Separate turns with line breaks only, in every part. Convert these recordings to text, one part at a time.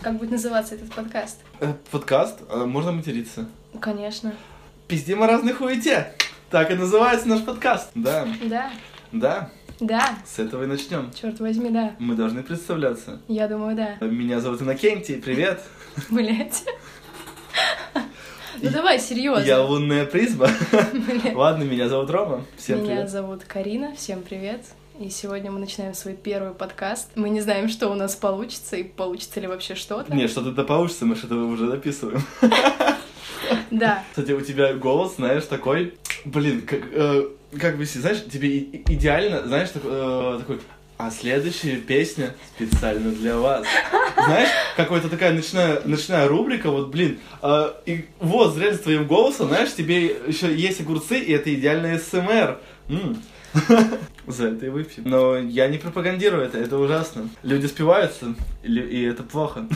как будет называться этот подкаст?
Э, Подкаст, э, можно материться.
Ну, конечно.
Пиздим о разной хуете. Так и называется наш подкаст. Да,
Да,
да,
да,
с этого и начнем.
черт возьми, да.
Мы должны представляться.
Я думаю, да.
Э, Меня зовут Иннокентий, привет.
Блять. Ну
Я-
давай, серьезно.
Я лунная призма. Ладно, меня зовут Рома. Всем
Меня
привет.
зовут Карина, всем привет. И сегодня мы начинаем свой первый подкаст. Мы не знаем, что у нас получится и получится ли вообще что-то.
Не, что-то да получится, мы что-то уже записываем.
Да,
Кстати, у тебя голос, знаешь, такой, блин, как, э, как бы, знаешь, тебе и- и- идеально, знаешь, так- э, такой, а следующая песня специально для вас. Знаешь, какая-то такая ночная, ночная рубрика, вот, блин, э, и вот, зря с твоим голосом, знаешь, тебе еще есть огурцы, и это идеальный СМР. За это и выпьем. Но я не пропагандирую это, это ужасно. Люди спиваются, и лю- и это плохо.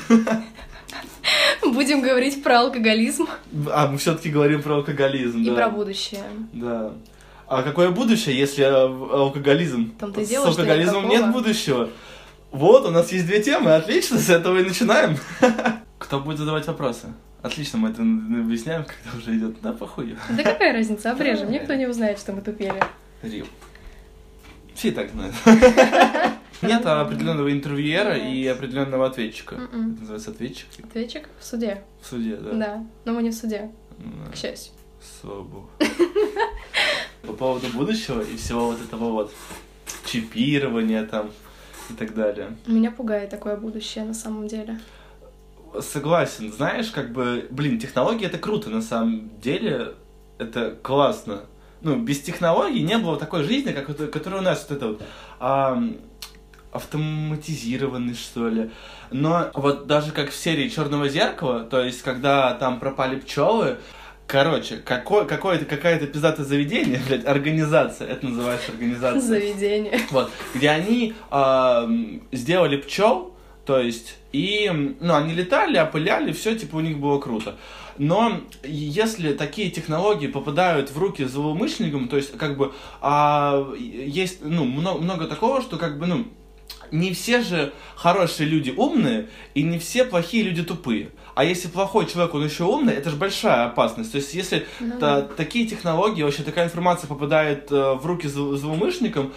будем говорить про алкоголизм
А мы все-таки говорим про алкоголизм.
и
да.
про будущее.
Да. А какое будущее, если э, алкоголизм?
В том-то и
С
дело, что
алкоголизмом
никакого.
нет будущего. Вот, у нас есть две темы, отлично, с этого и начинаем. Кто будет задавать вопросы? Отлично, мы это н- объясняем, когда уже идет. Да, похуй.
Да какая разница, обрежем, никто не узнает, что мы тупели.
Рил. Все и так знают. Нет определенного интервьюера и определенного ответчика. Это
Мгм.
называется ответчик
Ответчик в суде.
в суде, да?
М-м. Да, но мы не в суде,
Да.
к счастью.
Слава богу. По поводу будущего и всего вот этого вот чипирования там и так далее.
Меня пугает такое будущее на самом деле.
Согласен, знаешь, как бы, блин, технологии это круто на самом деле, это классно. Ну, без технологий не было такой жизни, как вот- которая у нас вот это вот ам, автоматизированный, что ли. Но вот даже как в серии Черного зеркала, то есть когда там пропали пчелы, короче, какое, какое-то какая-то пиздатое заведение, блядь, организация, это называется организация.
Заведение.
Вот, где они эм, сделали пчел, то есть, и, м, ну, они летали, опыляли, все, типа, у них было круто. Но если такие технологии попадают в руки злоумышленникам, то есть, как бы, а, есть, ну, много, много такого, что, как бы, ну, не все же хорошие люди умные, и не все плохие люди тупые. А если плохой человек, он еще умный, это же большая опасность. То есть, если
Ну,
Та- такие технологии, вообще такая информация попадает э, в руки зл- злоумышленникам,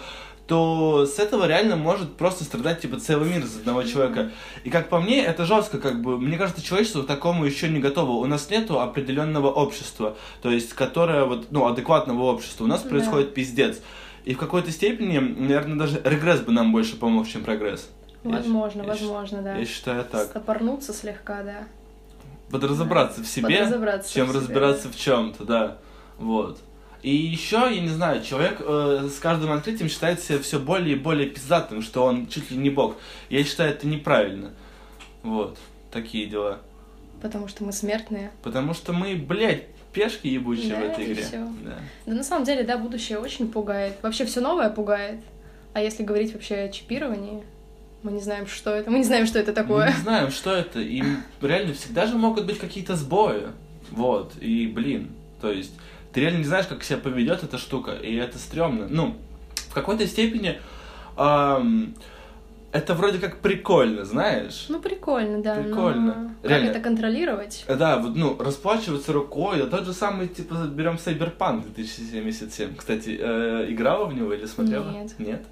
то с этого реально может просто страдать типа целый мир из одного человека. И как по мне, это жестко, как бы. Мне кажется, человечество к такому еще не готово. У нас нету определенного общества, то есть, которое вот, ну, адекватного общества. У нас
Да.
происходит пиздец. И в какой-то степени, наверное, даже регресс бы нам больше помог, чем прогресс. Я
возможно,
щ- я щ-
возможно, да.
Я считаю так.
Стопорнуться слегка, да.
Подразобраться в себе.
Подразобраться
чем
в себе.
разбираться в чем-то, да. Вот. И еще, я не знаю, человек э, с каждым открытием считает себя все более и более пиздатым, что он чуть ли не бог. Я считаю, это неправильно. Вот. Такие дела.
Потому что мы смертные.
Потому что мы, блядь, пешки ебучие
Да,
в этой
и
игре.
всё.
Да.
Да на самом деле, да, будущее очень пугает. Вообще все новое пугает. А если говорить вообще о чипировании, мы не знаем, что это. Мы не знаем, что это
Мы
такое.
не знаем, что это. И реально всегда же могут быть какие-то сбои. Вот. И, блин, то есть ты реально не знаешь, как себя поведет эта штука. И это стрёмно. Ну, в какой-то степени ам, это вроде как прикольно, знаешь?
Ну, прикольно, да. но
Прикольно.
Как
Реально.
это контролировать?
Да, вот, ну, расплачиваться рукой, да тот же самый, типа, берем Cyberpunk 2077. Кстати, э, играла в него или смотрела?
Нет.
Нет?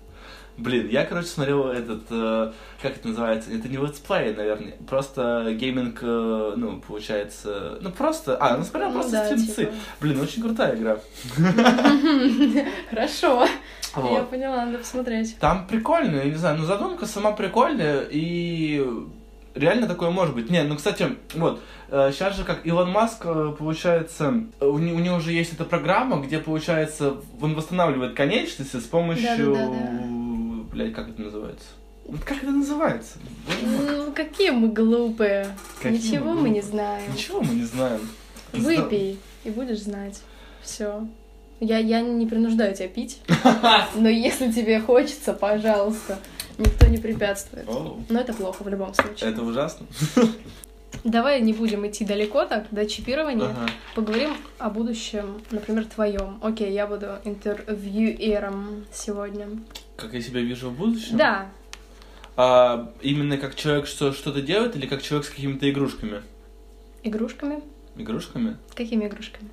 Блин, я, короче, смотрел этот, э, как это называется, это не летсплей, наверное, просто гейминг, э, ну, получается, ну, просто, а, ну, смотрел
Ну
просто
да,
стримцы.
типа.
Блин, очень крутая игра.
Хорошо. Я
Вот.
поняла, надо посмотреть.
Там прикольно, я не знаю, ну задумка сама прикольная, и реально такое может быть. Не, ну, кстати, вот, сейчас же как Илон Маск, э, получается, э, у, не- у него уже есть эта программа, где, получается, он восстанавливает конечности с помощью...
Да-да-да-да.
Блядь, как это называется? Вот Как это называется? Боже мой.
Ну, какие мы глупые.
Какие мы
Ничего мы,
глупые.
не знаем.
Ничего мы не знаем.
Выпей, и будешь знать. Все. Я, я не принуждаю тебя пить, но если тебе хочется, пожалуйста, никто не препятствует.
Оу,
Но это плохо в любом случае.
Это ужасно.
Давай не будем идти далеко так, до чипирования.
Ага.
Поговорим о будущем, например, твоем. Окей, я буду интервьюером сегодня.
Как я себя вижу в будущем?
Да,
А, именно как человек что- что-то делает или как человек с какими-то игрушками?
Игрушками?
Игрушками?
Какими игрушками?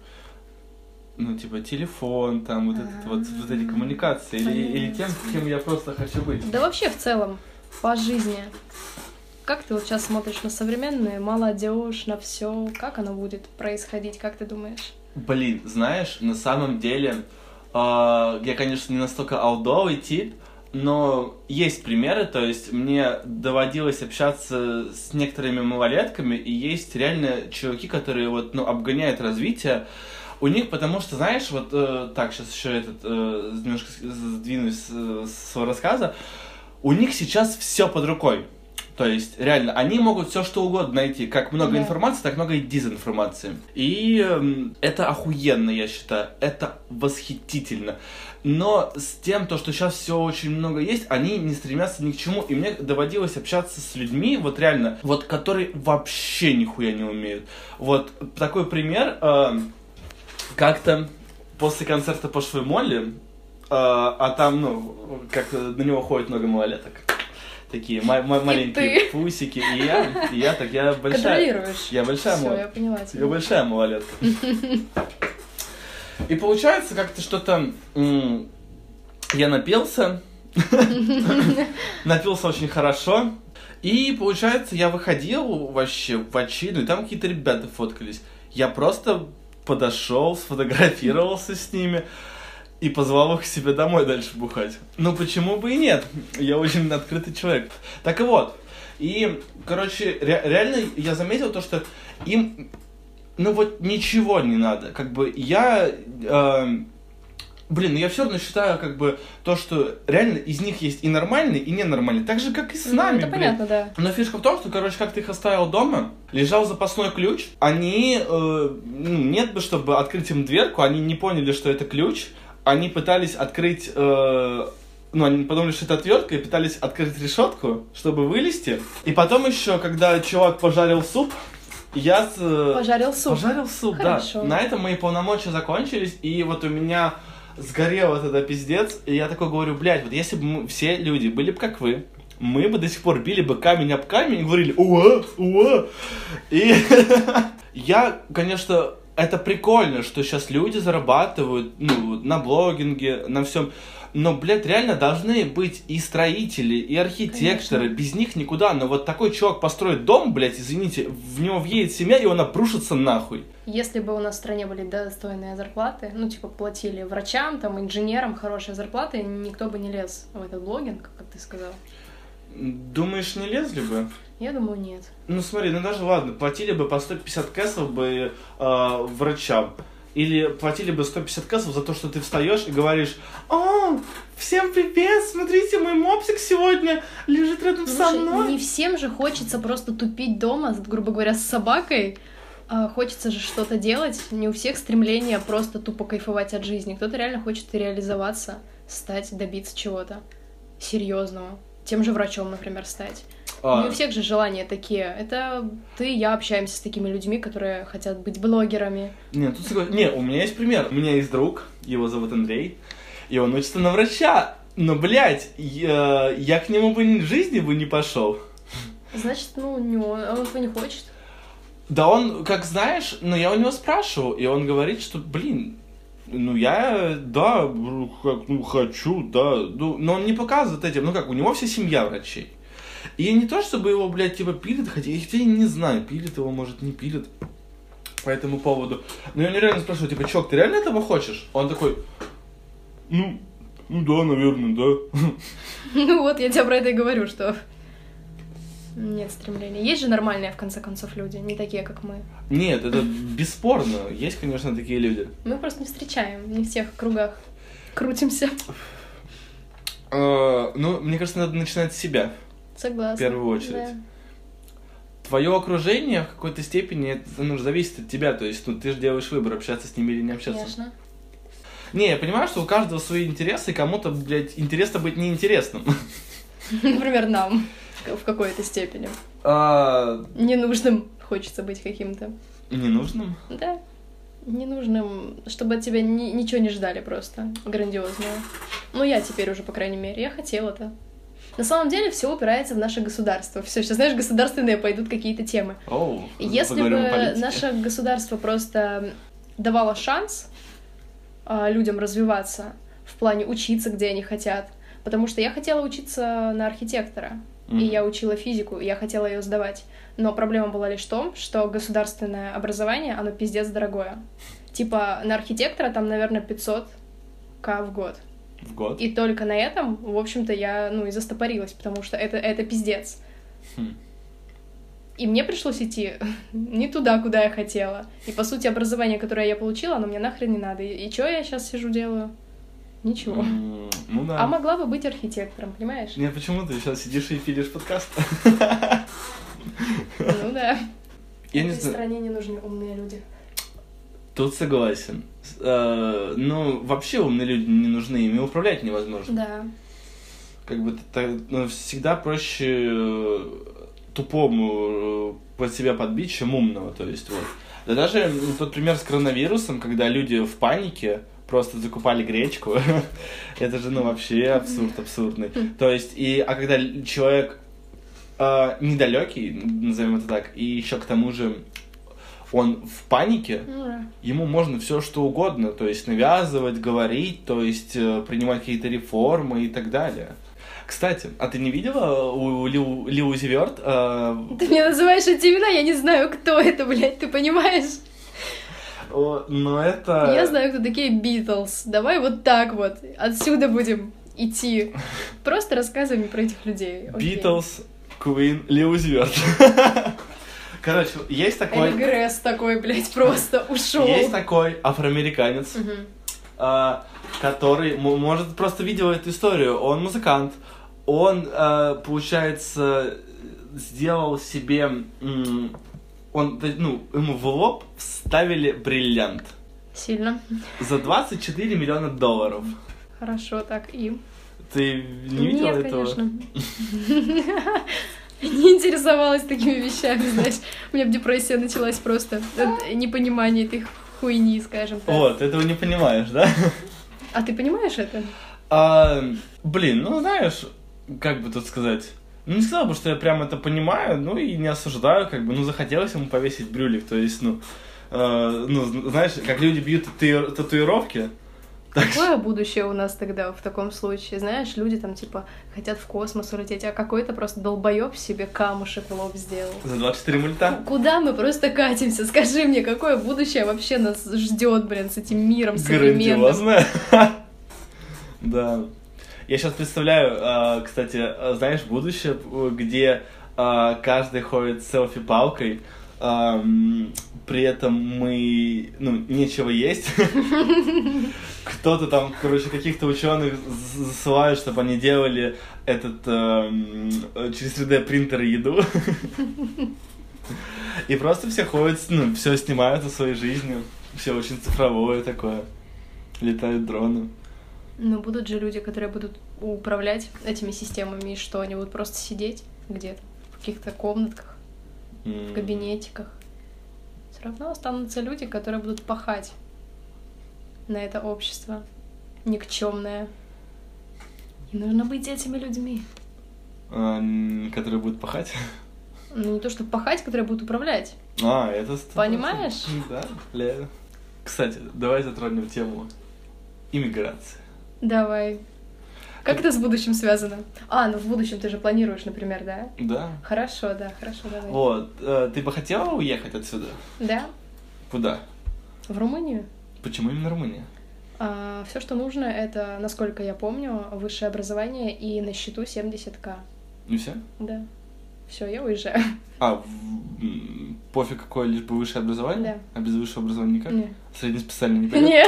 Ну, типа телефон, там вот этот вот, вот эти
А,
коммуникации. Или, или тем,
понятно.
с кем я просто хочу быть.
Да вообще в целом, по жизни. Как ты вот сейчас смотришь на современную молодежь, на все? Как оно будет происходить, как ты думаешь?
Блин, знаешь, на самом деле, э, я, конечно, не настолько алдовый тип, но есть примеры, то есть мне доводилось общаться с некоторыми малолетками, и есть реально чуваки, которые вот, ну, обгоняют развитие, у них, потому что, знаешь, вот э, так, сейчас еще этот, э, немножко с- сдвинусь с, с своего рассказа, у них сейчас все под рукой. То есть, реально, они могут все что угодно найти. Как много
Да.
информации, так много и дезинформации. И эм, это охуенно, я считаю. Это восхитительно. Но с тем, то, что сейчас все очень много есть, они не стремятся ни к чему. И мне доводилось общаться с людьми, вот реально, вот которые вообще нихуя не умеют. Вот такой пример. эм, как-то после концерта пошлой Молли, э, а там, ну, как э, на него ходит много малолеток. Такие ма- ма- маленькие пусики, и я, и я так, я большая.
Контролируешь?
Я большая
Всё,
мала-
я поняла
я
тебя.
большая малолетка. И получается как-то что-то... м, Я напился. Напился очень хорошо. И получается, я выходил вообще в очину, и там какие-то ребята фоткались. Я просто подошел, сфотографировался с ними и позвал их к себе домой дальше бухать. Ну почему бы и нет? Я очень открытый человек. Так и вот. И, короче, ре- реально я заметил то, что им, ну вот ничего не надо. Как бы я, эм, блин, ну я все равно считаю, как бы то, что реально из них есть и нормальные, и ненормальные. Так же, как и с
Ну,
нами,
это
блин.
понятно, да.
Но фишка в том, что, короче, как ты их оставил дома, лежал запасной ключ, они, э, ну, нет бы, чтобы открыть им дверку, они не поняли, что это ключ, они пытались открыть, э, ну, они подумали, что это отвертка, и пытались открыть решетку, чтобы вылезти. И потом еще, когда чувак пожарил суп, я с... э,
Пожарил суп.
Пожарил суп,
Хорошо.
да. На этом мои полномочия закончились, и вот у меня сгорел вот этот пиздец, и я такой говорю, блядь, вот если бы мы все люди были бы как вы, мы бы до сих пор били бы камень об камень и говорили «Уа! Уа!» И я, конечно, это прикольно, что сейчас люди зарабатывают ну, на блогинге, на всем. Но, блядь, реально должны быть и строители, и архитекторы.
Конечно.
Без них никуда. Но вот такой чувак построит дом, блядь, извините, в него въедет семья, и он обрушится нахуй.
Если бы у нас в стране были достойные зарплаты, ну, типа, платили врачам, там, инженерам хорошие зарплаты, никто бы не лез в этот блогинг, как ты сказал.
Думаешь, не лезли бы?
Я думаю, нет.
Ну смотри, ну даже ладно, платили бы по 150 кэсов бы э, врачам. Или платили бы 150 кэсов за то, что ты встаешь и говоришь «О, всем привет, смотрите, мой мопсик сегодня лежит рядом со
Слушай,
мной».
не всем же хочется просто тупить дома, с- грубо говоря, с собакой. А, хочется же что-то делать. Не у всех стремление просто тупо кайфовать от жизни. Кто-то реально хочет и реализоваться, стать, добиться чего-то серьезного. Тем же врачом, например, стать. Не у
А,
всех же желания такие. Это ты и я общаемся с такими людьми, которые хотят быть блогерами.
не, тут согла- Не, у меня есть пример. У меня есть друг, его зовут Андрей, и он учится на врача. Но, блядь, я, я к нему бы ни- в жизни бы не пошел.
Значит, ну, не он, он этого не хочет.
Да он, как знаешь, но я у него спрашивал, и он говорит, что, блин, ну я, да, ну, как, ну хочу, да, ну, но он не показывает этим, ну как, у него вся семья врачей. И не то, чтобы его, блядь, типа пилит, хотя я хотя я не знаю, пилит его, может, не пилит по этому поводу. Но я у него реально спрашиваю, типа, чувак, ты реально этого хочешь? Он такой, ну, ну да, наверное, да.
Ну вот, я тебе про это и говорю, что нет стремления. Есть же нормальные, в конце концов, люди, не такие, как мы.
Нет, это бесспорно, есть, конечно, такие люди.
Мы просто не встречаем, не в всех кругах крутимся.
Э, Ну, мне кажется, надо начинать с себя.
Согласна.
В первую очередь. твое окружение в какой-то степени это, ну, зависит от тебя, то есть ну, ты же делаешь выбор, общаться с ними или не
Да,
общаться.
конечно.
Не, я понимаю, что у каждого свои интересы, и кому-то, блядь, интересно быть неинтересным.
Например, нам в какой-то степени.
А,
Ненужным хочется быть каким-то.
Ненужным?
Да. Ненужным, чтобы от тебя ни- ничего не ждали просто. Грандиозного. Ну, я теперь уже, по крайней мере, я хотела-то. На самом деле все упирается в наше государство. Все, сейчас, знаешь, государственные пойдут какие-то темы.
Оу, ну,
Если
поговорим о
бы
политике.
наше государство просто давало шанс а, людям развиваться в плане учиться, где они хотят, потому что я хотела учиться на архитектора,
Мгм.
и я учила физику, и я хотела ее сдавать. Но проблема была лишь в том, что государственное образование, оно пиздец дорогое. Типа на архитектора там, наверное, 500 к в год.
В год.
И только на этом, в общем-то, я, ну, и застопорилась, потому что это, это пиздец.
Хм.
И мне пришлось идти не туда, куда я хотела. И, по сути, образование, которое я получила, оно мне нахрен не надо. И, и чё я сейчас сижу делаю? Ничего.
М, Ну да.
А могла бы быть архитектором, понимаешь?
Не, почему ты сейчас сидишь и пилишь подкаст?
Ну да.
Я не знаю.
стране не нужны умные люди.
Тут согласен. С- э, Ну, вообще умные люди не нужны, ими управлять невозможно.
Да.
Как бы ты так- ну, всегда проще э, тупому э, под себя подбить, чем умного, то есть вот. Да даже м, тот пример с коронавирусом, когда люди в панике просто закупали гречку, это же, ну, вообще абсурд абсурдный. То есть, и, а когда л- человек э, недалекий, назовем это так, и еще к тому же он в панике,
Ну да.
ему можно все что угодно, то есть навязывать, говорить, то есть э, принимать какие-то реформы и так далее. Кстати, а ты не видела у Лиу- Лиузи Верт? э,
Ты меня называешь эти имена, я не знаю, кто это, блядь, ты понимаешь?
о, Но это...
Я знаю, кто такие Битлз. Давай вот так вот. Отсюда будем идти. Просто рассказывай мне про этих людей. окей?
Битлз, Куин, Лиузи Верт. Короче, есть
Эль
такой...
Гресс такой, блядь, просто ушел.
Есть такой афроамериканец,
Мгм.
э, который, м- может, просто видел эту историю. Он музыкант. Он, э, получается, сделал себе... м, Он, то есть, ну, ему в лоб вставили бриллиант
Сильно.
за 24 миллиона долларов.
Хорошо, так и.
Ты не видела
Нет,
этого?
конечно. Не интересовалась такими вещами, знаешь. У меня б депрессия началась просто от непонимания этой хуйни, скажем так.
Вот, этого не понимаешь, да?
А ты понимаешь это?
А, блин, ну знаешь, как бы тут сказать. Ну, не сказал бы, что я прям это понимаю, ну и не осуждаю, как бы, ну, захотелось ему повесить брюлик, то есть, ну, э, ну, зн- знаешь, как люди бьют татуи- татуировки, так же-
Какое будущее у нас тогда в таком случае? Знаешь, люди там типа хотят в космос улететь, а какой-то просто долбоеб себе камушек в лоб сделал.
за 24 мульта.
Куда мы просто катимся? Скажи мне, какое будущее вообще нас ждет, блин, с этим миром современным?
Грандиозно. Да. Я сейчас представляю, э, кстати, э, знаешь, будущее, э, где э, каждый ходит с селфи-палкой, эм, при этом мы, ну, нечего есть. Кто-то там, короче, каких-то ученых засылают, чтобы они делали этот эм, э, через 3D принтер еду. И просто все ходят, ну, все снимают о своей жизни. Все очень цифровое такое. Летают дроны.
Но будут же люди, которые будут управлять этими системами, и что, они будут просто сидеть где-то в каких-то комнатках,
М.
в кабинетиках. Все равно останутся люди, которые будут пахать на это общество никчемное. И нужно быть этими людьми.
А, м, которые будут пахать.
Ну, не то, чтобы пахать, которые будут управлять.
А, это... сто
Понимаешь?
процентов. Да, бля. Кстати, давай затронем тему иммиграции.
Давай. Как это с будущим связано? А, ну в будущем ты же планируешь, например, да?
Да.
Хорошо, да, хорошо, давай.
Вот, э, ты бы хотела уехать отсюда?
Да,
Куда?
в Румынию.
Почему именно Румыния?
все, что нужно, это, насколько я помню, высшее образование и на счету 70к.
Не все?
Да. Все, я уезжаю.
А, в- м, пофиг какое, лишь бы высшее образование? А без высшего образования никак?
Не.
Среднеспециальное не пойдет?
Не.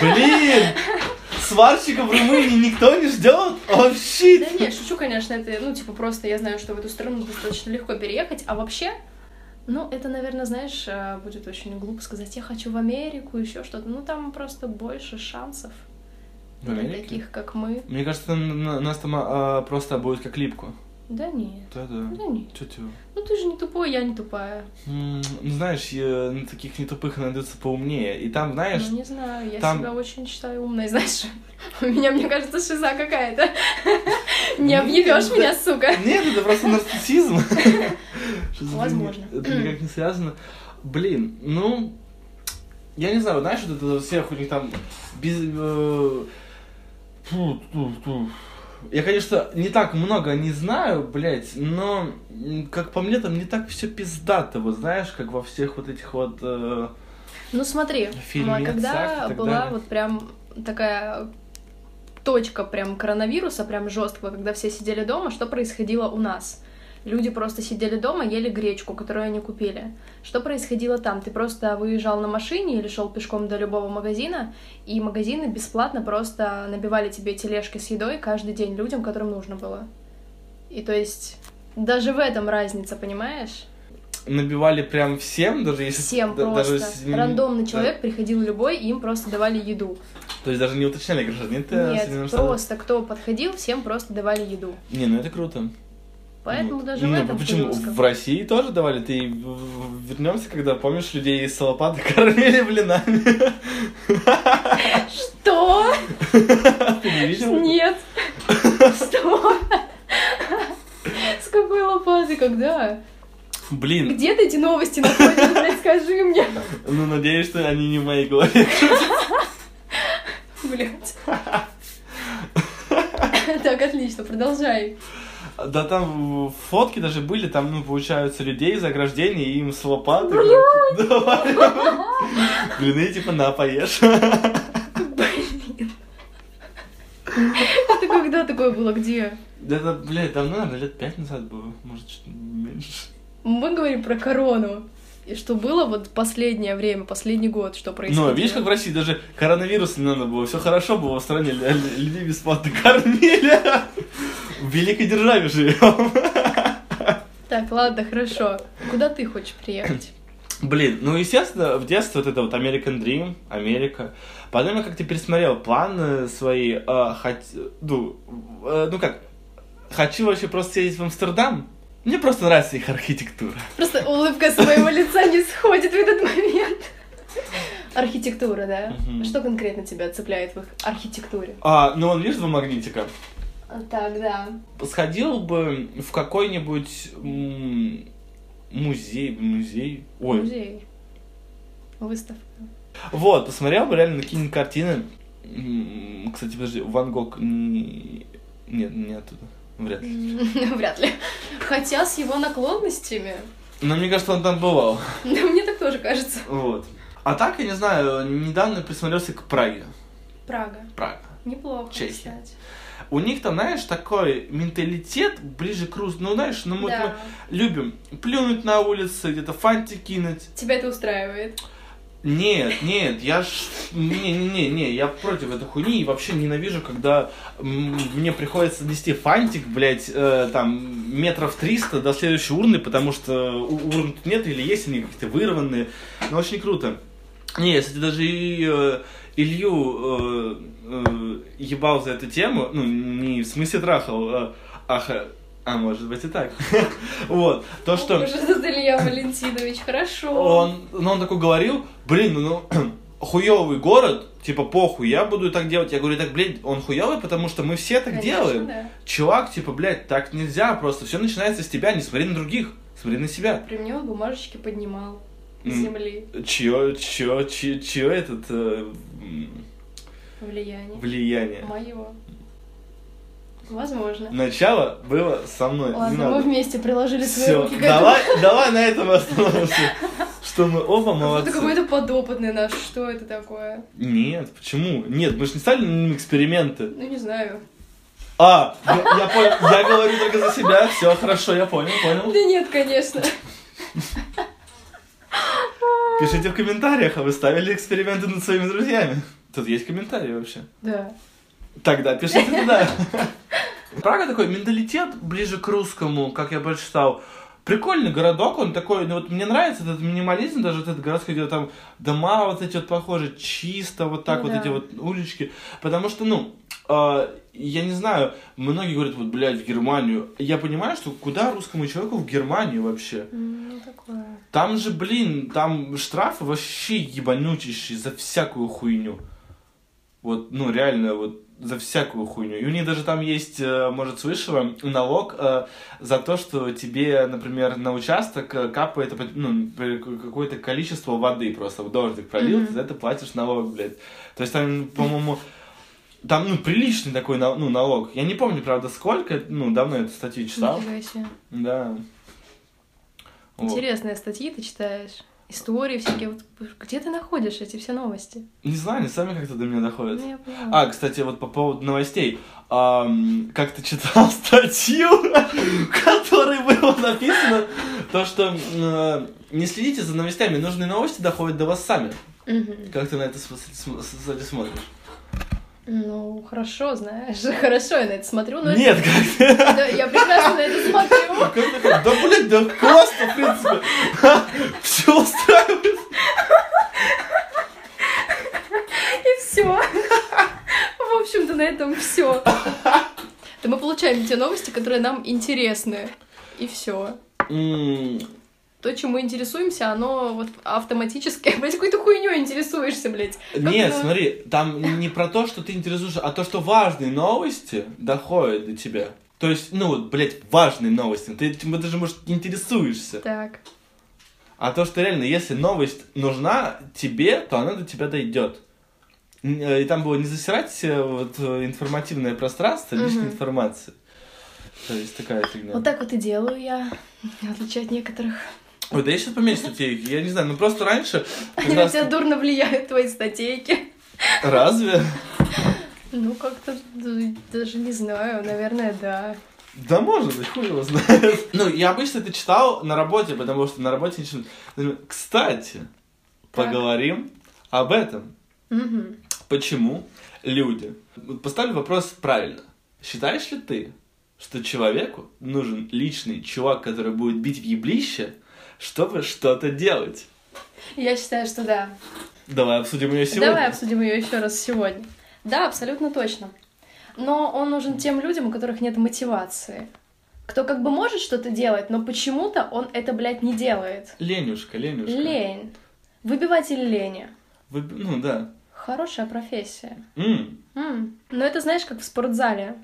Блин! Сварщика в Румынии никто не ждет?
Да
Вообще!
не, шучу, конечно, это, ну, типа, просто я знаю, что в эту страну достаточно легко переехать, а вообще, ну, это, наверное, знаешь, э, будет очень глупо сказать, я хочу в Америку, еще что-то, ну, там просто больше шансов
В
для
Америке?
таких, как мы.
Мне кажется, н- н- нас там а, а, просто будет как липку.
Да нет,
Да-да.
да нет,
Тю-тю.
ну, ты же не тупой, я не тупая.
М, Ну, знаешь, я- на таких нетупых найдутся поумнее. И там, знаешь,
Ну, не знаю, я
там-
себя очень считаю умной, знаешь, у меня, мне кажется, шиза какая-то. Не объебешь меня, сука.
Нет, это просто нарциссизм. Что за
Возможно.
фигня? Это никак не связано. Блин, ну... Я не знаю, знаешь, вот это всех у них там... Без... э, фу, ту, ту. Я, конечно, не так много не знаю, блядь, но, м, как по мне, там не так все пиздато, вот знаешь, как во всех вот этих вот... э,
Ну смотри,
Фильм
а
Миядзаки и
когда
так
была
далее.
вот прям такая точка прям коронавируса, прям жесткого, когда все сидели дома, что происходило у нас? Люди просто сидели дома, ели гречку, которую они купили. Что происходило там? Ты просто выезжал на машине или шел пешком до любого магазина, и магазины бесплатно просто набивали тебе тележки с едой каждый день людям, которым нужно было. И то есть даже в этом разница, понимаешь?
набивали прям всем, даже если...
Всем
да- даже
просто.
если не-
Рандомный
да.
человек приходил любой, и им просто давали еду.
То есть даже не уточняли гражданин ты Соединенных
Нет,
Штатов?
просто кто подходил, всем просто давали еду.
Не, ну это круто.
Поэтому
Ну,
даже в
ну,
этом
Почему?
плюс как
В
бы.
России тоже давали. Ты вернемся, когда помнишь, людей из Салопата кормили блинами.
Что?
А Ты не видел?
Нет. Что? С какой лопаты? Когда?
Блин,
Где ты эти новости находишь? Блядь, скажи мне.
ну надеюсь, что они не в моей голове.
Блядь. Так, отлично, продолжай.
Да там фотки даже были, там, ну, получается, людей из ограждения, и им с лопаты. короче, давали. Блины, типа, на, поешь.
Блин. Это когда такое было? Где?
Да Это, блядь, давно, наверное, лет пять назад было, может, чуть меньше.
Мы говорим про корону. И что было вот последнее время, последний год, что происходило.
Ну, видишь, как в России даже коронавирус не надо было, все хорошо было в стране, лю- лю- людей бесплатно кормили. В великой державе живем.
Так, ладно, хорошо. Куда ты хочешь приехать?
Блин, ну, естественно, в детстве вот это вот American Dream, Америка. Потом я как-то пересмотрел планы свои, э, хот- ну, э, ну как, хочу вообще просто съездить в Амстердам. Мне просто нравится их архитектура.
Просто улыбка с моего лица не сходит в этот момент. Архитектура, да?
Мгм.
Что конкретно тебя цепляет в их архитектуре?
А, ну, он, видишь, два магнитика.
А, Так, да.
сходил бы в какой-нибудь м, музей, музей, ой,
Музей. Выставка.
вот, посмотрел бы реально на какие-нибудь картины, М, кстати, подожди, Ван Гог, не- нет, не оттуда, вряд
М,
ли,
Вряд ли. Хотя с его наклонностями.
но мне кажется, он там бывал,
Да мне так тоже кажется.
вот. А так, я не знаю, недавно присмотрелся к Праге,
Прага.
Прага.
Неплохо,
Чехия.
кстати.
У них там, знаешь, такой менталитет ближе к рус... ну, знаешь, ну, вот
Да.
мы любим плюнуть на улице, где-то фантик кинуть,
Тебя это устраивает.
Нет, нет, я ж... Не, не, не, не, я против этой хуйни и вообще ненавижу, когда м, мне приходится нести фантик, блядь, э, там, метров 300 до следующей урны, потому что у- урн тут нет или есть они какие-то вырванные. Но очень круто. Не, я, кстати, даже и э, Илью э, э, ебал за эту тему, ну, не в смысле трахал, а, ах, э, а может быть и так. Вот, то, Ну что...
Ужас, это Илья Валентинович, хорошо.
Он, ну, он такой говорил, блин, ну, ну хуёвый город, типа, похуй, я буду так делать. Я говорю, так, блядь, он хуёвый, потому что мы все так
Конечно,
делаем.
да.
Чувак, типа, блядь, так нельзя, просто все начинается с тебя, не смотри на других, смотри на себя.
При мне он бумажечки поднимал с
М.
земли
Чье, чье, чье, чье этот э, м,
влияние.
влияние?
Мое. Возможно.
Начало было со мной. Ну, не
Ладно, мы
надо.
вместе приложили свои
Все,
руки к
давай, давай на этом остановимся. Что мы оба
этому. Это
молодцы.
какой-то подопытный наш, что это такое?
Нет, почему? Нет, мы же не стали на эксперименты.
Ну, не знаю.
А, я, я понял, я говорю только за себя, все хорошо, я понял, понял.
Да нет, конечно.
Пишите в комментариях, а вы ставили эксперименты над своими друзьями. Тут есть комментарии вообще.
Да.
Тогда пишите туда. Прага такой менталитет ближе к русскому, как я больше читал. Прикольный городок, он такой, ну вот мне нравится этот минимализм, даже вот этот городской, где вот там дома вот эти вот похожи, чисто вот так
Ну
вот
да.
эти вот улички, потому что, ну, э, я не знаю, многие говорят, вот, блядь, в Германию. Я понимаю, что куда русскому человеку в Германию вообще?
М, Ну, такое.
Там же, блин, там штрафы вообще ебанутищие за всякую хуйню. Вот, ну, реально, вот за всякую хуйню. И у них даже там есть, э, может, слышала, налог э, за то, что тебе, например, на участок э, капает опре- ну, при- какое-то количество воды просто. Вот Дождик пролил,
Мгм.
ты за это платишь налог, блядь. То есть там, по-моему, там, ну, приличный такой на- ну, налог. Я не помню, правда, сколько, ну, давно эту статью читал.
Нифига себе.
Да. Вот.
Интересные статьи ты читаешь. Истории всякие. Вот где ты находишь эти все новости?
Не знаю, они сами как-то до меня доходят.
Ну, я поняла.
А, кстати, вот по поводу новостей. Ам, как ты читал статью, в которой было написано то, что э, не следите за новостями, нужные новости доходят до вас сами.
Мгм.
Как ты на это с- с- с- кстати, смотришь?
Ну, хорошо, знаешь. Хорошо, я на Ну, это смотрю. Но
Нет, как ты...
Да, я прекрасно на это смотрю.
Как ты- Да, блядь, да классно, в принципе. Все устраивает.
И все. В общем-то, на этом все. Да мы получаем те новости, которые нам интересны. И все.
М,
То, чем мы интересуемся, оно вот автоматически... Блядь, какой-то хуйней интересуешься, блядь. Как
Нет,
оно-
смотри, там не про то, что ты интересуешься, а то, что важные новости доходят до тебя. То есть, ну вот, блядь, важные новости. Ты этим даже, может, не интересуешься.
Так.
А то, что реально, если новость нужна тебе, то она до тебя дойдет. Н- э, И там было не засирать э, вот, э, информативное пространство, а лишней
Мгм.
информации. То есть такая фигня.
Вот так вот и делаю я. В отличие от некоторых.
Ой, да я сейчас поменьше статей. Я не знаю, ну просто раньше...
Они
когда
на тебя
ст-
дурно влияют, твои статейки.
Разве?
Ну, как-то д- даже не знаю. Наверное, да.
Да может быть, хуй его знает. Ну, я обычно это читал на работе, потому что на работе ничего... Кстати,
Так.
поговорим об этом.
Мгм.
Почему люди... Вот Поставлю вопрос правильно. Считаешь ли ты, что человеку нужен личный чувак, который будет бить в еблище, чтобы что-то делать?
Я считаю, что да.
Давай обсудим ее сегодня.
Давай обсудим ее еще раз сегодня. Да, абсолютно точно. Но он нужен тем людям, у которых нет мотивации. Кто как бы может что-то делать, но почему-то он это, блядь, не делает.
Ленюшка, Ленюшка.
Лень. Выбиватель лени.
Вы- Ну да.
Хорошая профессия.
М,
М. Но это, знаешь, как в спортзале.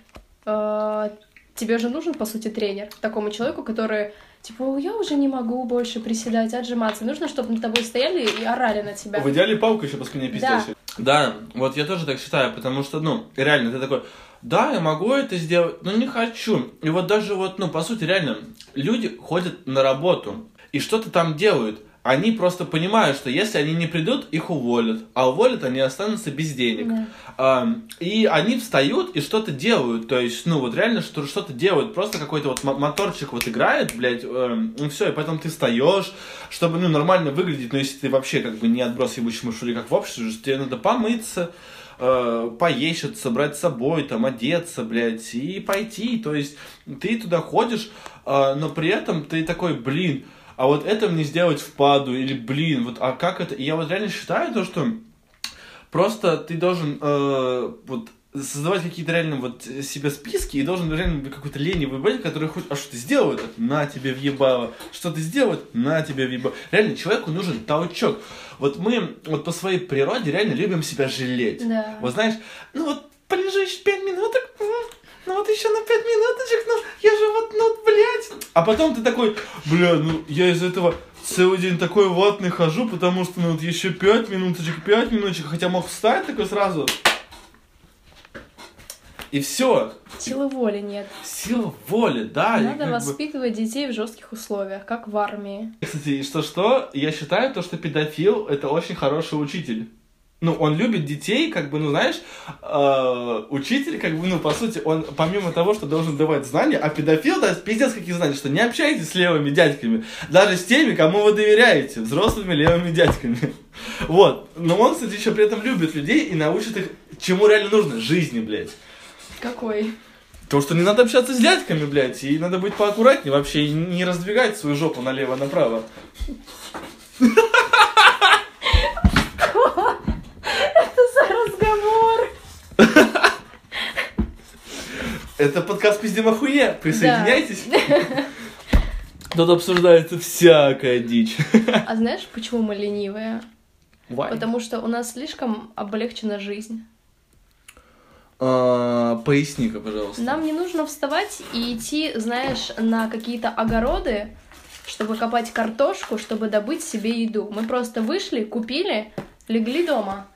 Э, Тебе же нужен, по сути, тренер такому человеку, который, типа, «О, я уже не могу больше приседать, отжиматься. Нужно, чтобы над тобой стояли и орали на тебя.
В идеале палку еще по спине пиздячит. Да. вот я тоже так считаю, потому что, ну, реально, ты такой, да, я могу это сделать, но не хочу. И вот даже вот, ну, по сути, реально, люди ходят на работу и что-то там делают. Они просто понимают, что если они не придут, их уволят. А уволят, они останутся без денег.
Да.
Ам, И они встают и что-то делают. То есть, ну, вот реально что- что-то делают. Просто какой-то вот мо- моторчик вот играет, блядь, эм, и все. И потом ты встаешь, чтобы, ну, нормально выглядеть. Но если ты вообще как бы не отброс ебучий мышули, как в обществе, же тебе надо помыться, э, поесть, что-то собрать с собой, там, одеться, блядь, и пойти. То есть, ты туда ходишь, а, но при этом ты такой, блин, а вот это мне сделать впаду, или, блин, вот, а как это? И я вот реально считаю то, что просто ты должен э, вот создавать какие-то реально вот себе списки и должен реально быть какой-то ленивый блядь, который хоть, а что ты сделал это? На тебе въебало. Что ты сделал это? На тебе въебало. Реально, человеку нужен толчок. Вот мы вот по своей природе реально любим себя жалеть.
Да.
Вот знаешь, ну вот полежишь пять минуток, м, ну вот еще на пять минуточек, ну я же вот, ну блядь. А потом ты такой, бля, ну я из этого целый день такой ватный хожу, потому что ну вот еще пять минуточек, пять минуточек, хотя мог встать такой сразу. И все.
Силы воли нет.
Сила воли, да. и
Надо
как бы-
воспитывать детей в жестких условиях, как в армии.
Кстати, и что-что, я считаю то, что педофил это очень хороший учитель. Ну, он любит детей, как бы, ну, знаешь, э, учитель, как бы, ну, по сути, он помимо того, что должен давать знания, а педофил даст пиздец какие знания, что не общайтесь с левыми дядьками, даже с теми, кому вы доверяете, взрослыми левыми дядьками. Вот. Но он, кстати, еще при этом любит людей и научит их, чему реально нужно, жизни, блядь.
Какой?
То, что не надо общаться с дядьками, блядь, и надо быть поаккуратнее вообще, и не раздвигать свою жопу налево-направо.
Это за разговор.
Это подкаст «Пиздим охуе». Присоединяйтесь. Тут обсуждается всякая дичь.
А знаешь, почему мы ленивые?
Why?
Потому что у нас слишком облегчена жизнь.
А, Поясни-ка, пожалуйста.
Нам не нужно вставать и идти, знаешь, на какие-то огороды, чтобы копать картошку, чтобы добыть себе еду. Мы просто вышли, купили, легли дома,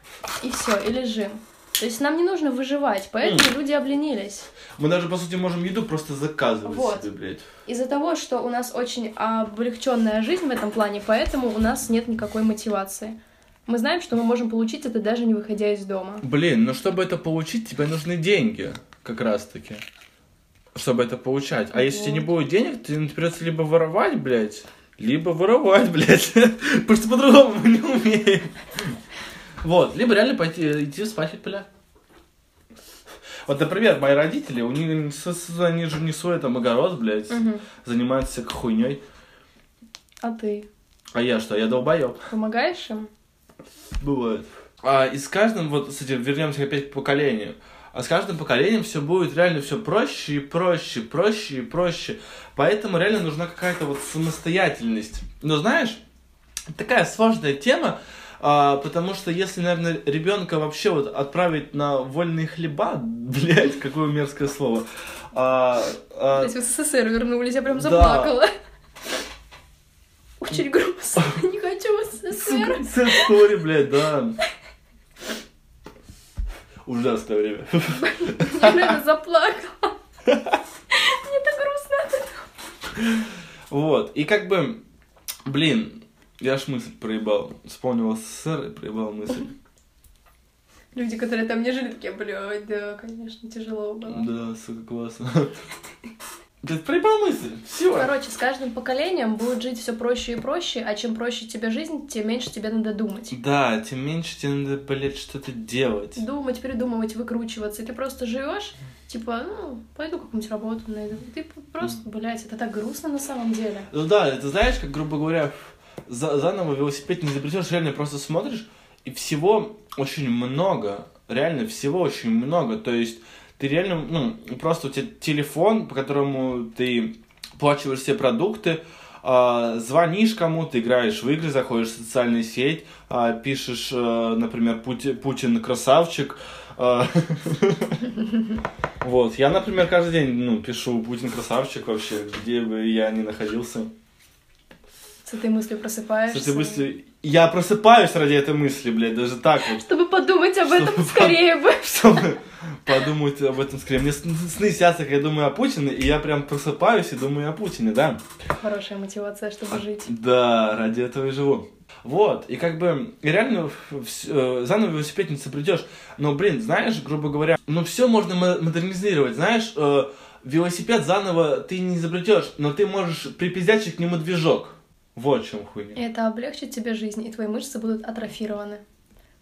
и все, и лежим. То есть нам не нужно выживать, поэтому люди обленились.
Мы даже, по сути, можем еду просто заказывать
Вот.
себе, блядь.
Из-за того, что у нас очень облегченная жизнь в этом плане, поэтому у нас нет никакой мотивации. Мы знаем, что мы можем получить это даже не выходя из дома.
Блин, ну чтобы это получить, тебе нужны деньги, как раз-таки. Чтобы это получать. А если у тебя не будет денег, ты ну, придется либо воровать, блядь, либо воровать, блядь. Потому что по-другому мы не умеем. Вот, либо реально пойти идти спать поля. Вот, например, мои родители, у них с- с- они же не свой там огород, блядь,
Мгм.
занимаются всякой хуйней.
А ты
А я что? Я долбоеб.
помогаешь им?
Бывает. А, и с каждым, вот, кстати, вернемся опять к поколению. А с каждым поколением все будет реально все проще и проще, проще и проще. Поэтому реально нужна какая-то вот самостоятельность. Но знаешь, такая сложная тема, а, потому что если, наверное, ребенка вообще вот отправить на вольные хлеба, блять, какое мерзкое слово. а, а,
То есть в СССР вернулись, я прям
Да.
заплакала. Очень грустно. Не хочу в СССР.
Цензуре, блядь, да. Ужасное время.
Я реально заплакала. Мне так грустно. от этого.
Вот, и как бы, блин, я ж мысль проебал. Вспомнил СССР и проебал мысль.
Люди, которые там не жили, такие, блядь, да, конечно, тяжело было.
Да, сука, классно. Блядь, проебал мысль, все.
Короче, с каждым поколением будет жить все проще и проще, а чем проще тебе жизнь, тем меньше тебе надо думать.
Да, тем меньше тебе надо, блядь, что-то делать.
Думать, придумывать, выкручиваться. И ты просто живешь, типа, ну, пойду какую-нибудь работу найду. И Ты просто, блядь, это так грустно на самом деле.
Ну да, это знаешь, как, грубо говоря, за- заново велосипед не изобретешь, реально просто смотришь, и всего очень много, реально всего очень много, то есть ты реально, ну, просто у тебя телефон, по которому ты оплачиваешь все продукты, а, звонишь кому-то, играешь в игры, заходишь в социальную сеть, а, пишешь, э, например, «Пути- Путин красавчик. а. Вот, я, например, каждый день, ну, пишу Путин красавчик вообще, где бы я ни находился.
С этой мыслью просыпаешься.
С этой мыслью- Я просыпаюсь ради этой мысли, блядь, даже так вот.
Чтобы подумать об этом
Чтобы
скорее бы.
Чтобы подумать об этом скорее. Мне сны сны снятся, как я думаю о Путине, и я прям просыпаюсь и думаю о Путине, да?
Хорошая мотивация, чтобы жить.
Да, ради этого и живу. Вот, и как бы, и реально в- вс- э, заново велосипед не сопридешь. Но, блин, знаешь, грубо говоря, ну все можно мо- модернизировать, знаешь, э, велосипед заново ты не изобретешь, но ты можешь припиздячить к нему движок. Вот в чем хуйня.
И Это облегчит тебе жизнь, и твои мышцы будут атрофированы.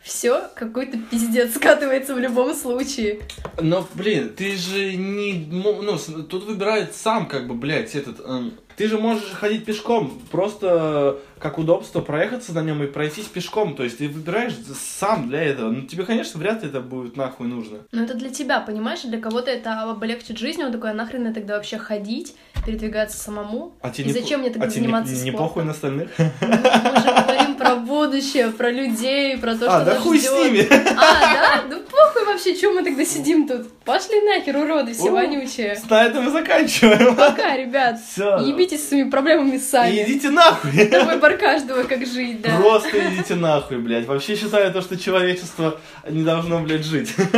Все, какой-то пиздец скатывается в любом случае.
Но, блин, ты же не... мо- Ну, с- тут выбирает сам, как бы, блядь, этот... эм, Ты же можешь ходить пешком, просто э, как удобство проехаться на нем и пройтись пешком. То есть ты выбираешь сам для этого. Ну, тебе, конечно, вряд ли это будет нахуй нужно.
Но Ну, это для тебя, понимаешь? Для кого-то это облегчит жизнь, он такой, «А нахрен мне тогда вообще ходить, передвигаться самому.
А тебе
И зачем мне тогда
а тебе не-
заниматься
не, не
спортом?
похуй на остальных?
Мы же говорим про будущее, про людей, про то, что
а, да
нас
хуй с
ждёт.
ними!
А, да? Ну похуй вообще, чем мы тогда сидим тут? Пошли нахер, уроды все
О.
вонючие.
На этом мы заканчиваем.
Пока, ребят.
Все.
Ебитесь с своими проблемами сами.
идите нахуй!
Это выбор каждого, как жить, да.
Просто идите нахуй, блядь. Вообще считаю то, что человечество не должно, блядь, жить.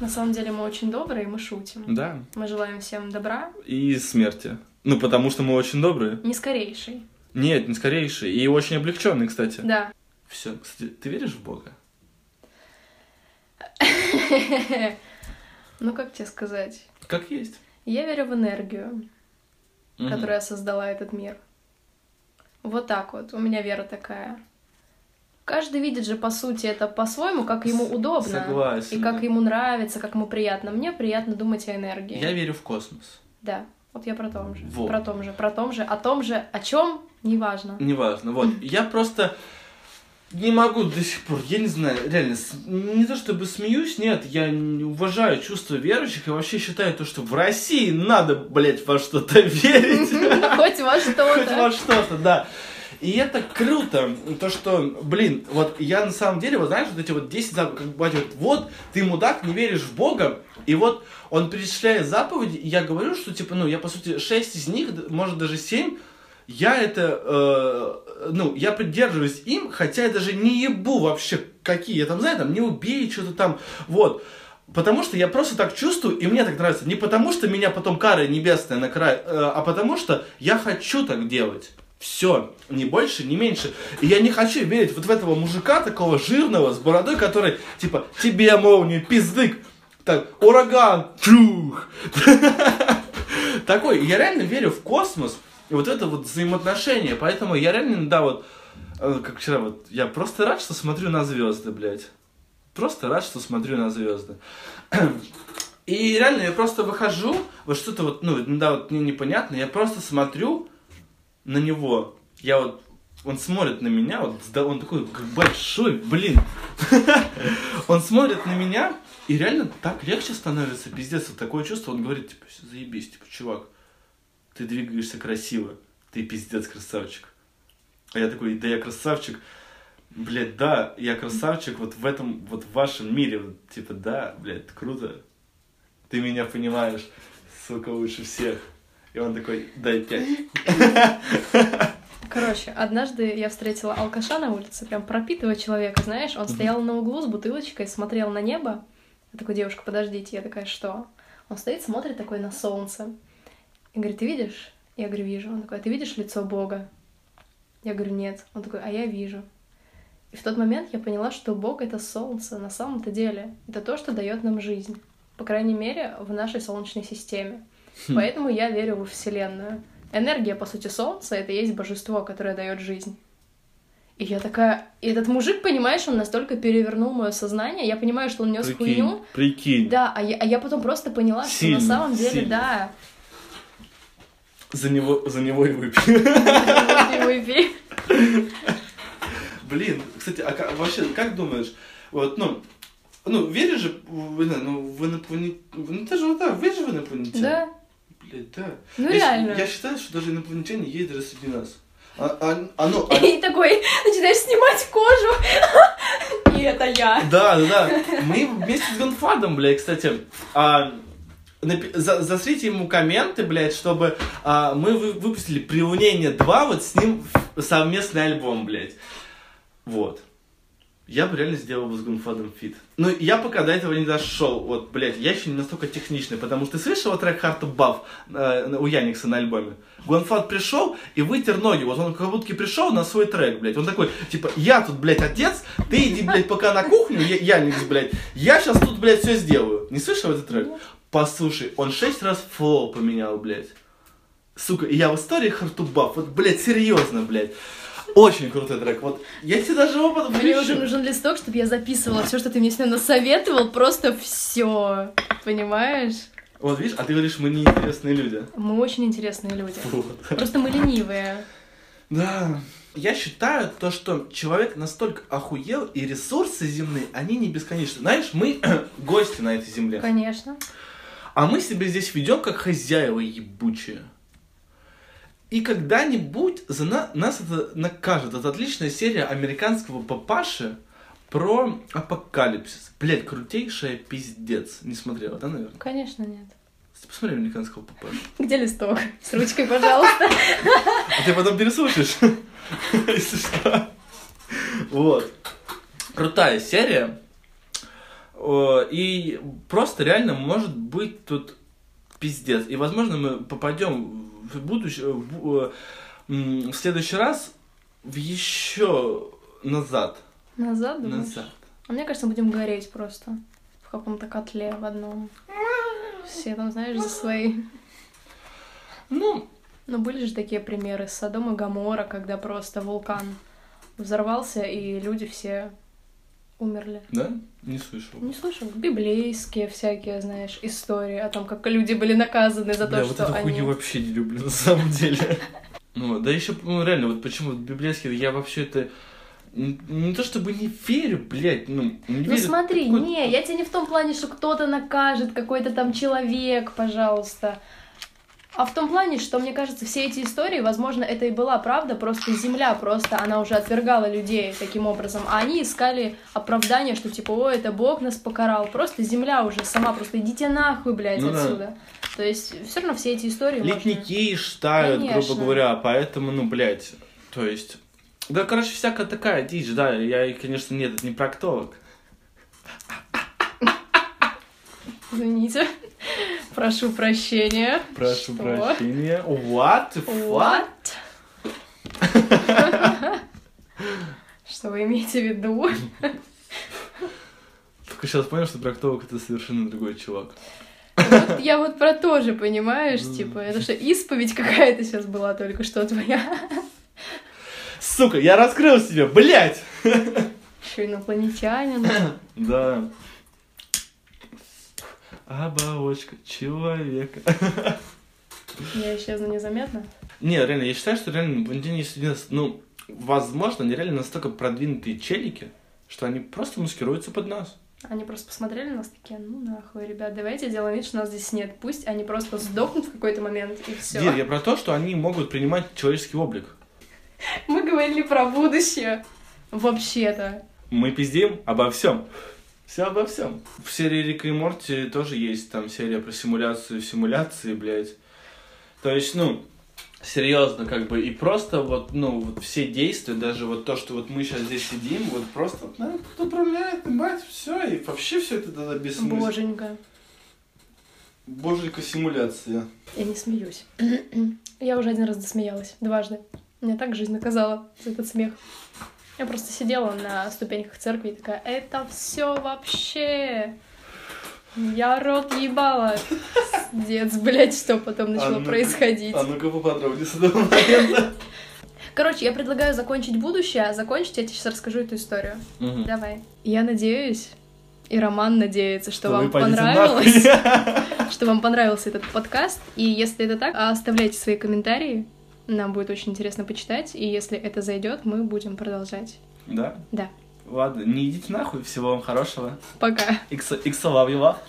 На самом деле мы очень добрые, мы шутим.
Да.
Мы желаем всем добра,
И смерти. Ну, потому что мы очень добрые.
не скорейшей.
Нет, не скорейший. И очень облегченный, кстати.
Да.
Все, кстати, ты веришь в Бога?
Ну как тебе сказать?
Как есть.
Я верю в энергию,
Мгм.
которая создала этот мир. Вот так вот. У меня вера такая. Каждый видит же, по сути, это по-своему, как ему
С-
удобно.
согласен,
И как
да.
ему нравится, как ему приятно. Мне приятно думать о энергии.
Я верю в космос.
Да. Вот я про том же.
Вот.
Про том же, про том же, о том же, о чем, неважно.
Неважно, вот. Я просто не могу до сих пор, я не знаю, реально, с- не то чтобы смеюсь, нет, я не уважаю чувства верующих и вообще считаю то, что в России надо, блядь, во что-то верить.
Хоть во
Хоть
что-то.
во что-то, да. И это круто, то что, блин, вот я на самом деле, вот знаешь, вот эти вот 10 заповедей, как батя говорит, вот, ты мудак, не веришь в Бога, и вот он перечисляет заповеди, и я говорю, что, типа, ну, я, по сути, 6 из них, д- может, даже 7, я это, э, ну, я придерживаюсь им, хотя я даже не ебу вообще какие, я там, знаю, там, не убей, что-то там, вот. Потому что я просто так чувствую, и мне так нравится. Не потому что меня потом кара небесная накарает, э, а потому что я хочу так делать. Все, ни больше, ни меньше. И я не хочу верить вот в этого мужика такого жирного с бородой, который типа тебе молния, пиздык, так ураган, чух. Такой. Я реально верю в космос и вот это вот взаимоотношение. Поэтому я реально, да, вот э, как вчера вот я просто рад, что смотрю на звезды, блядь. Просто рад, что смотрю на звезды. И реально я просто выхожу, вот что-то вот, ну, да, вот мне непонятно, я просто смотрю на него. Я вот, он смотрит на меня, вот, да, он такой большой, блин. Он смотрит на меня, и реально так легче становится, пиздец, вот такое чувство. Он говорит, типа, «Всё, заебись, типа, чувак, ты двигаешься красиво, ты пиздец красавчик. А я такой, да я красавчик, блядь, да, я красавчик вот в этом, вот в вашем мире, Вот, типа, да, блядь, круто, ты меня понимаешь, сука, лучше всех. И он такой, дай пять.
Короче, однажды я встретила алкаша на улице, прям пропитого человека, знаешь, он стоял на углу с бутылочкой, смотрел на небо. Я такой, девушка, подождите, я такая, что? Он стоит, смотрит такой на солнце. И говорит, ты видишь? Я говорю, вижу. Он такой, а ты видишь лицо Бога? Я говорю, нет. Он такой, а я вижу. И в тот момент я поняла, что Бог — это солнце на самом-то деле. Это то, что дает нам жизнь. По крайней мере, в нашей Солнечной системе.
Хм.
Поэтому я верю во Вселенную. Энергия, по сути, Солнца — это и есть божество, которое дает жизнь. И я такая... И этот мужик, понимаешь, он настолько перевернул мое сознание. Я понимаю, что он нес хуйню,
прикинь,
да, а я, а я потом просто поняла,
Сильно,
что на самом деле,
сильно.
да.
за него, за него и выпью.
MVP.
Блин, кстати, а ка- вообще, как думаешь, вот, ну, ну, веришь же, в- не знаю, ну, в инопланет... Ну, ты же, ну, да, веришь в инопланетян?
Да.
Блядь, да.
Ну
Я с-
реально.
Я считаю, что даже инопланетяне есть даже среди нас. А- а- оно- а-
И такой начинаешь снимать кожу. И это я.
Да, да, да. Мы вместе с Гонфадом, блядь, кстати, а, напи- за- засрите ему комменты, блядь, чтобы а, мы вы- выпустили «Привунение 2» вот с ним в- совместный альбом, блядь. Вот. Я бы реально сделал бы с Гунфадом фит. Но я пока до этого не дошел. Вот, блядь, я еще не настолько техничный, потому что ты слышал вот трек Hard to Buff э, на- у Яникса на альбоме? Гунфад пришел и вытер ноги. Вот он как будто пришел на свой трек, блядь. Он такой, типа, я тут, блядь, отец, ты иди, блядь, пока на кухню, Я- Яникс, блядь. Я сейчас тут, блядь, все сделаю. Не слышал этот трек? Послушай, он шесть раз флоу поменял, блядь. Сука, и я в истории Hard to Buff. Вот, блядь, серьезно, блядь. Очень крутой трек. Вот я тебе даже его потом
Мне
включу.
уже нужен листок, чтобы я записывала все, что ты мне сегодня насоветовал, просто все. Понимаешь?
Вот видишь, а ты говоришь, мы неинтересные люди.
Мы очень интересные люди.
Вот.
Просто мы ленивые.
Да. Я считаю то, что человек настолько охуел, и ресурсы земные, они не бесконечны. Знаешь, мы гости на этой земле.
Конечно.
А мы себя здесь ведем как хозяева ебучие. И когда-нибудь за на- нас это накажет. Это отличная серия американского папаши про апокалипсис. Блять, крутейшая пиздец. Не смотрела, да, наверное?
Конечно, нет.
Ты посмотри американского папашу.
Где листок? С ручкой, пожалуйста.
А ты потом переслушаешь, если что. Вот. Крутая серия. О, И просто реально может быть тут пиздец. И, возможно, мы попадем в будущее, в, бу- м, в следующий раз в еще назад.
Назад, думаешь?
Назад.
А мне кажется, мы будем гореть просто в каком-то котле в одном. Все там, знаешь, за свои.
Ну,
Но были же такие примеры с Содом и Гамора, когда просто вулкан взорвался, и люди все умерли.
да? Не слышал.
Не слышал? Библейские всякие, знаешь, истории о том, как люди были наказаны за то,
Бля, вот
что
эту
они...
хуйню вообще не люблю, на самом деле. Ну, да еще, ну, реально, вот почему вот библейский, я вообще это... н- Не то чтобы не верю, блядь, ну, не
Ну
верю.
смотри,
Такой-
не, я тебя не в том плане, что кто-то накажет, какой-то там человек, пожалуйста. А в том плане, что, мне кажется, все эти истории, возможно, это и была правда, просто земля просто, она уже отвергала людей таким образом, а они искали оправдание, что типа, о, это Бог нас покарал, просто земля уже сама, просто идите нахуй, блядь,
Ну да.
отсюда. То есть все равно все эти истории можно...
Ледники штают, грубо
Конечно.
говоря, поэтому, ну, блядь, то есть... Да, короче, всякая такая дичь, да, я, и, конечно, нет, это не проктолог.
Извините. Прошу прощения.
Прошу
Что?
прощения. What the fuck?
What? Что вы имеете в виду?
Только сейчас понял, что проктолог это совершенно другой чувак.
Вот я вот про то же, понимаешь,
Мгм.
типа, это что, исповедь какая-то сейчас была только что твоя.
Сука, я раскрыл себя, блядь!
Еще инопланетянин.
Да. Оболочка человека.
Я исчезла незаметно.
Не, реально, я считаю, что реально инопланетяне есть один из- Ну, возможно, они реально настолько продвинутые челики, что они просто маскируются под нас.
Они просто посмотрели на нас такие, ну нахуй, ребят, давайте делаем вид, что нас здесь нет. Пусть они просто сдохнут в какой-то момент, и все.
Дир, я про то, что они могут принимать человеческий облик.
Мы говорили про будущее. Вообще-то.
Мы пиздим обо всем. Все обо всем. В серии Рика и Морти тоже есть там серия про симуляцию симуляции, блядь. То есть, ну, серьезно, как бы, и просто вот, ну, вот все действия, даже вот то, что вот мы сейчас здесь сидим, вот просто вот, ну, кто управляет, мать, все, и вообще все это тогда бессмысленно.
Боженька.
Боженька симуляция.
Я не смеюсь. Я уже один раз досмеялась. Дважды. Меня так жизнь наказала за этот смех. Я просто сидела на ступеньках церкви и такая, это все вообще... Я рот ебала. Пиздец, блядь, что потом
А
начало
ну-ка,
происходить.
А ну-ка поподробнее с этого момента.
Короче, я предлагаю закончить будущее, а закончить я тебе сейчас расскажу эту историю.
Мгм.
Давай. Я надеюсь, и Роман надеется, что
Да вы
вам
пойдите
понравилось.
нахуй.
что вам понравился этот подкаст. И если это так, оставляйте свои комментарии. Нам будет очень интересно почитать. И если это зайдет, мы будем продолжать.
Да?
Да.
Ладно, не идите нахуй, всего вам хорошего.
Пока.
Икса- Иксалавьева.